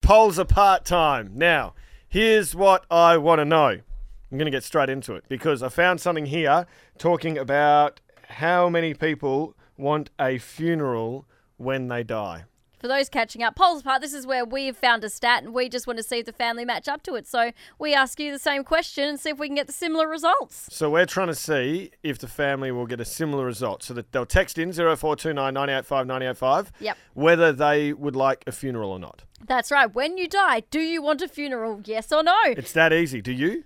polls are part time. Now, here's what I want to know. I'm going to get straight into it because I found something here talking about how many people want a funeral when they die. For those catching up, polls apart, this is where we've found a stat and we just want to see if the family match up to it. So we ask you the same question and see if we can get the similar results. So we're trying to see if the family will get a similar result. So that they'll text in 0429 985 985 Yep. whether they would like a funeral or not. That's right. When you die, do you want a funeral? Yes or no? It's that easy. Do you?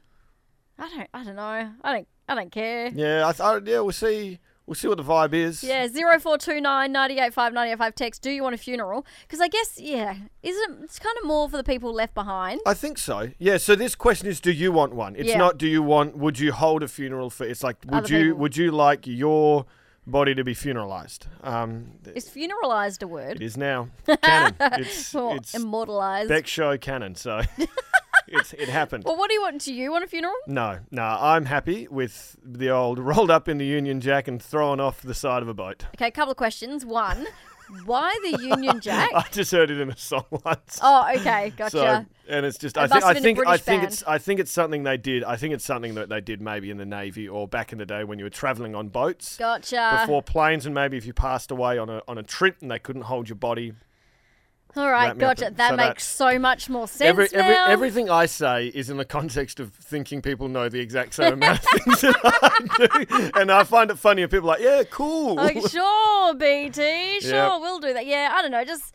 I don't. I don't know. I don't. I don't care. Yeah, I th- I, yeah. We'll see. We'll see what the vibe is. Yeah, 0429 985 985 text. Do you want a funeral? Because I guess, yeah, isn't it's kind of more for the people left behind. I think so. Yeah. So this question is, do you want one? It's Yeah. not, do you want? Would you hold a funeral for? It's like, would Other you? people. Would you like your body to be funeralized? Um, th- Is funeralized a it word? is now canon. It's Or it's immortalized? Beck show canon. So it's it happened. well, what do you want? Do you want a funeral? No, no. I'm happy with the old rolled up in the Union Jack and thrown off the side of a boat. Okay, a couple of questions. One, why the Union Jack? I just heard it in a song once. Oh, okay, gotcha. So, and it's just I It think must have I been a think I British think band. it's I think it's something they did. I think it's something that they did maybe in the navy or back in the day when you were traveling on boats Gotcha. before planes, and maybe if you passed away on a on a trip and they couldn't hold your body. All wrap right, me up gotcha. in- That so makes so much more sense Every, every now. everything I say is in the context of thinking people know the exact same amount of things that I do, and I find it funny. And people are like, yeah, cool. Like, sure, BT, sure, Yeah. we'll do that. Yeah, I don't know. Just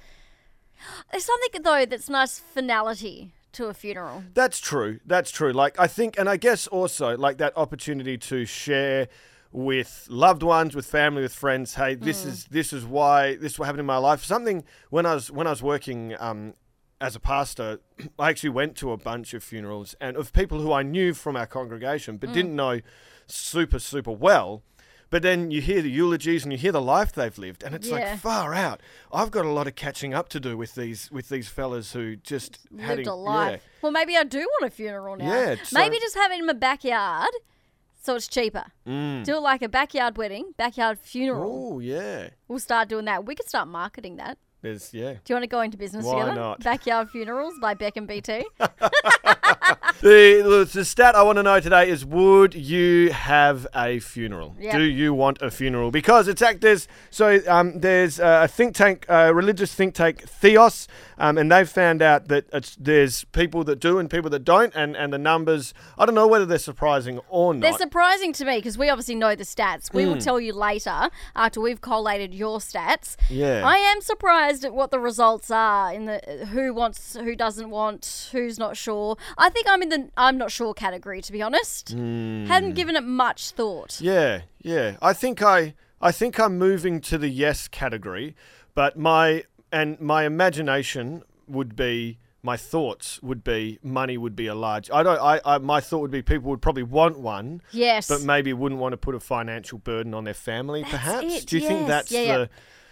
there's something though that's nice finality to a funeral. That's true. That's true. Like I think, and I guess also like that opportunity to share with loved ones, with family, with friends. Hey, Hmm. this is this is why this is what happened in my life. Something when I was when I was working um, as a pastor, I actually went to a bunch of funerals and of people who I knew from our congregation, Hmm. but didn't know super super well. But then you hear the eulogies and you hear the life they've lived, and it's Yeah. like far out. I've got a lot of catching up to do with these with these fellas who just had lived it- a yeah. life. Well, maybe I do want a funeral now. Yeah, so- maybe just have it in my backyard, so it's cheaper. Mm. Do it like a backyard wedding, backyard funeral. Oh yeah. We'll start doing that. We could start marketing that. There's yeah. Do you want to go into business Why together? not? Backyard funerals by Beck and BT. The, the- the stat I want to know today is: Would you have a funeral? Yeah. Do you want a funeral? Because it's act there's so um, there's uh, a think tank, uh, religious think tank, Theos, um, and they've found out that it's, there's people that do and people that don't, and and the numbers. I don't know whether they're surprising or They're not. Hmm. surprising to me because we obviously know the stats. We will tell you later after we've collated your stats. Yeah. I am surprised at what the results are in the uh, who wants, who doesn't want, who's not sure. I think I'm in the I'm not sure category to be honest. Hmm. Hadn't given it much thought. Yeah, yeah. I think I I think I'm moving to the yes category, but my and my imagination would be my thoughts would be money would be a large. I don't. I, I my thought would be people would probably want one, Yes. but maybe wouldn't want to put a financial burden on their family. perhaps. it, Do you think yes. that's Yeah, yeah. the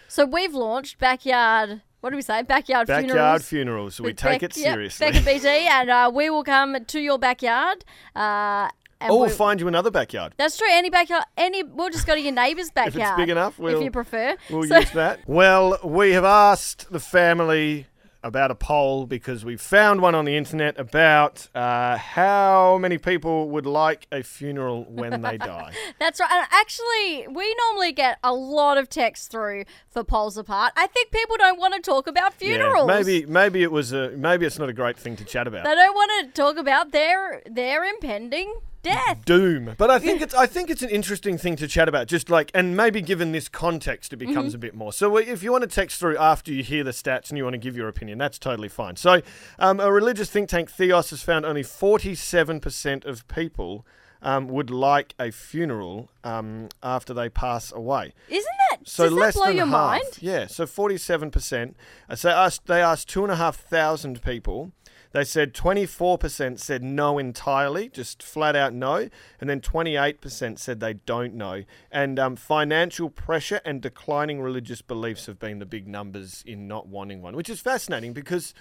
so we've launched backyard. What do we say? Backyard, backyard funerals. funerals? we with take Beck- it yep, seriously. Beck and BT, and uh, we will come to your backyard. Uh, and or we'll we- find you another backyard. That's true. Any backyard, any we'll just go to your neighbour's it's backyard big enough, we'll- if you prefer. We'll So- use that. Well, we have asked the family about a poll because we found one on the internet about uh, how many people would like a funeral when they die. that's right. And actually, we normally get a lot of texts through for polls apart. I think people don't want to talk about Yeah, funerals. maybe maybe it was a maybe it's not a great thing to chat about. they don't want to talk about their their impending death. Doom, but I think it's I think it's an interesting thing to chat about. Just like and maybe given this context, it becomes a bit more. So if you want to text through after you hear the stats and you want to give your opinion, that's totally fine. So um, a religious think tank, Theos, has found only forty seven percent of people um, would like a funeral um, after they pass away. Isn't that So does less that blow than your half. mind? Yeah. So forty-seven percent. Uh, So they asked, they asked two and a half thousand people. They said twenty-four percent said no entirely, just flat out no, and then twenty-eight percent said they don't know. And um, financial pressure and declining religious beliefs have been the big numbers in not wanting one, which is fascinating because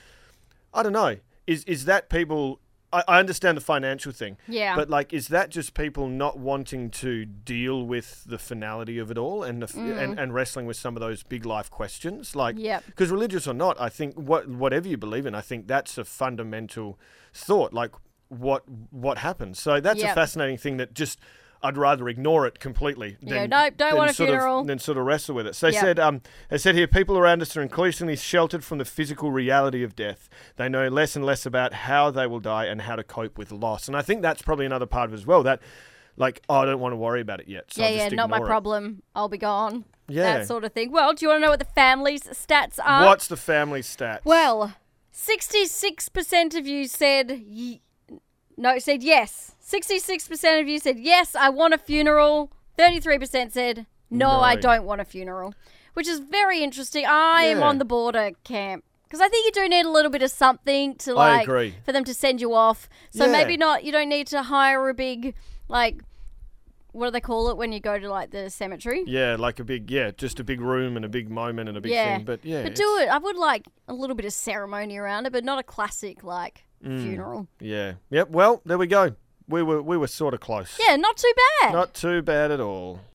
I don't know. Is is that people I, I understand the financial thing. Yeah. But like, is that just people not wanting to deal with the finality of it all and the, f and, and wrestling with some of those big life questions? Like, Mm. Yep. because religious or not, I think what whatever you believe in, I think that's a fundamental thought. Like, what what happens? So that's a Yep. fascinating thing that just. I'd rather ignore it completely Yeah, than nope, don't than want a sort of- funeral. than sort of wrestle with it. So they Yep. said, um, they said here, people around us are increasingly sheltered from the physical reality of death. They know less and less about how they will die and how to cope with loss. And I think that's probably another part of it as well. That, like, oh, I don't want to worry about it yet. So yeah, I'll yeah, just not my ignore it. problem. I'll be gone. Yeah. That sort of thing. Well, do you want to know what the family's stats are? What's the family stats? Uh, Well, 66% of you said y- no, said yes. 66% of you said yes, I want a funeral. 33% said no, No. I don't want a funeral, which is very interesting. I am Yeah. on the border camp because I think you do need a little bit of something to like agree. for them to send you off. So Yeah. maybe not you don't need to hire a big like what do they call it when you go to like the cemetery? yeah, like a big, yeah, just a big room and a big moment and a big Yeah. thing. But yeah, But do it. I would like a little bit of ceremony around it, but not a classic like funeral. Yeah, yep. Well, there we go. We were we were sort of close. Yeah, not too bad. Not too bad at all.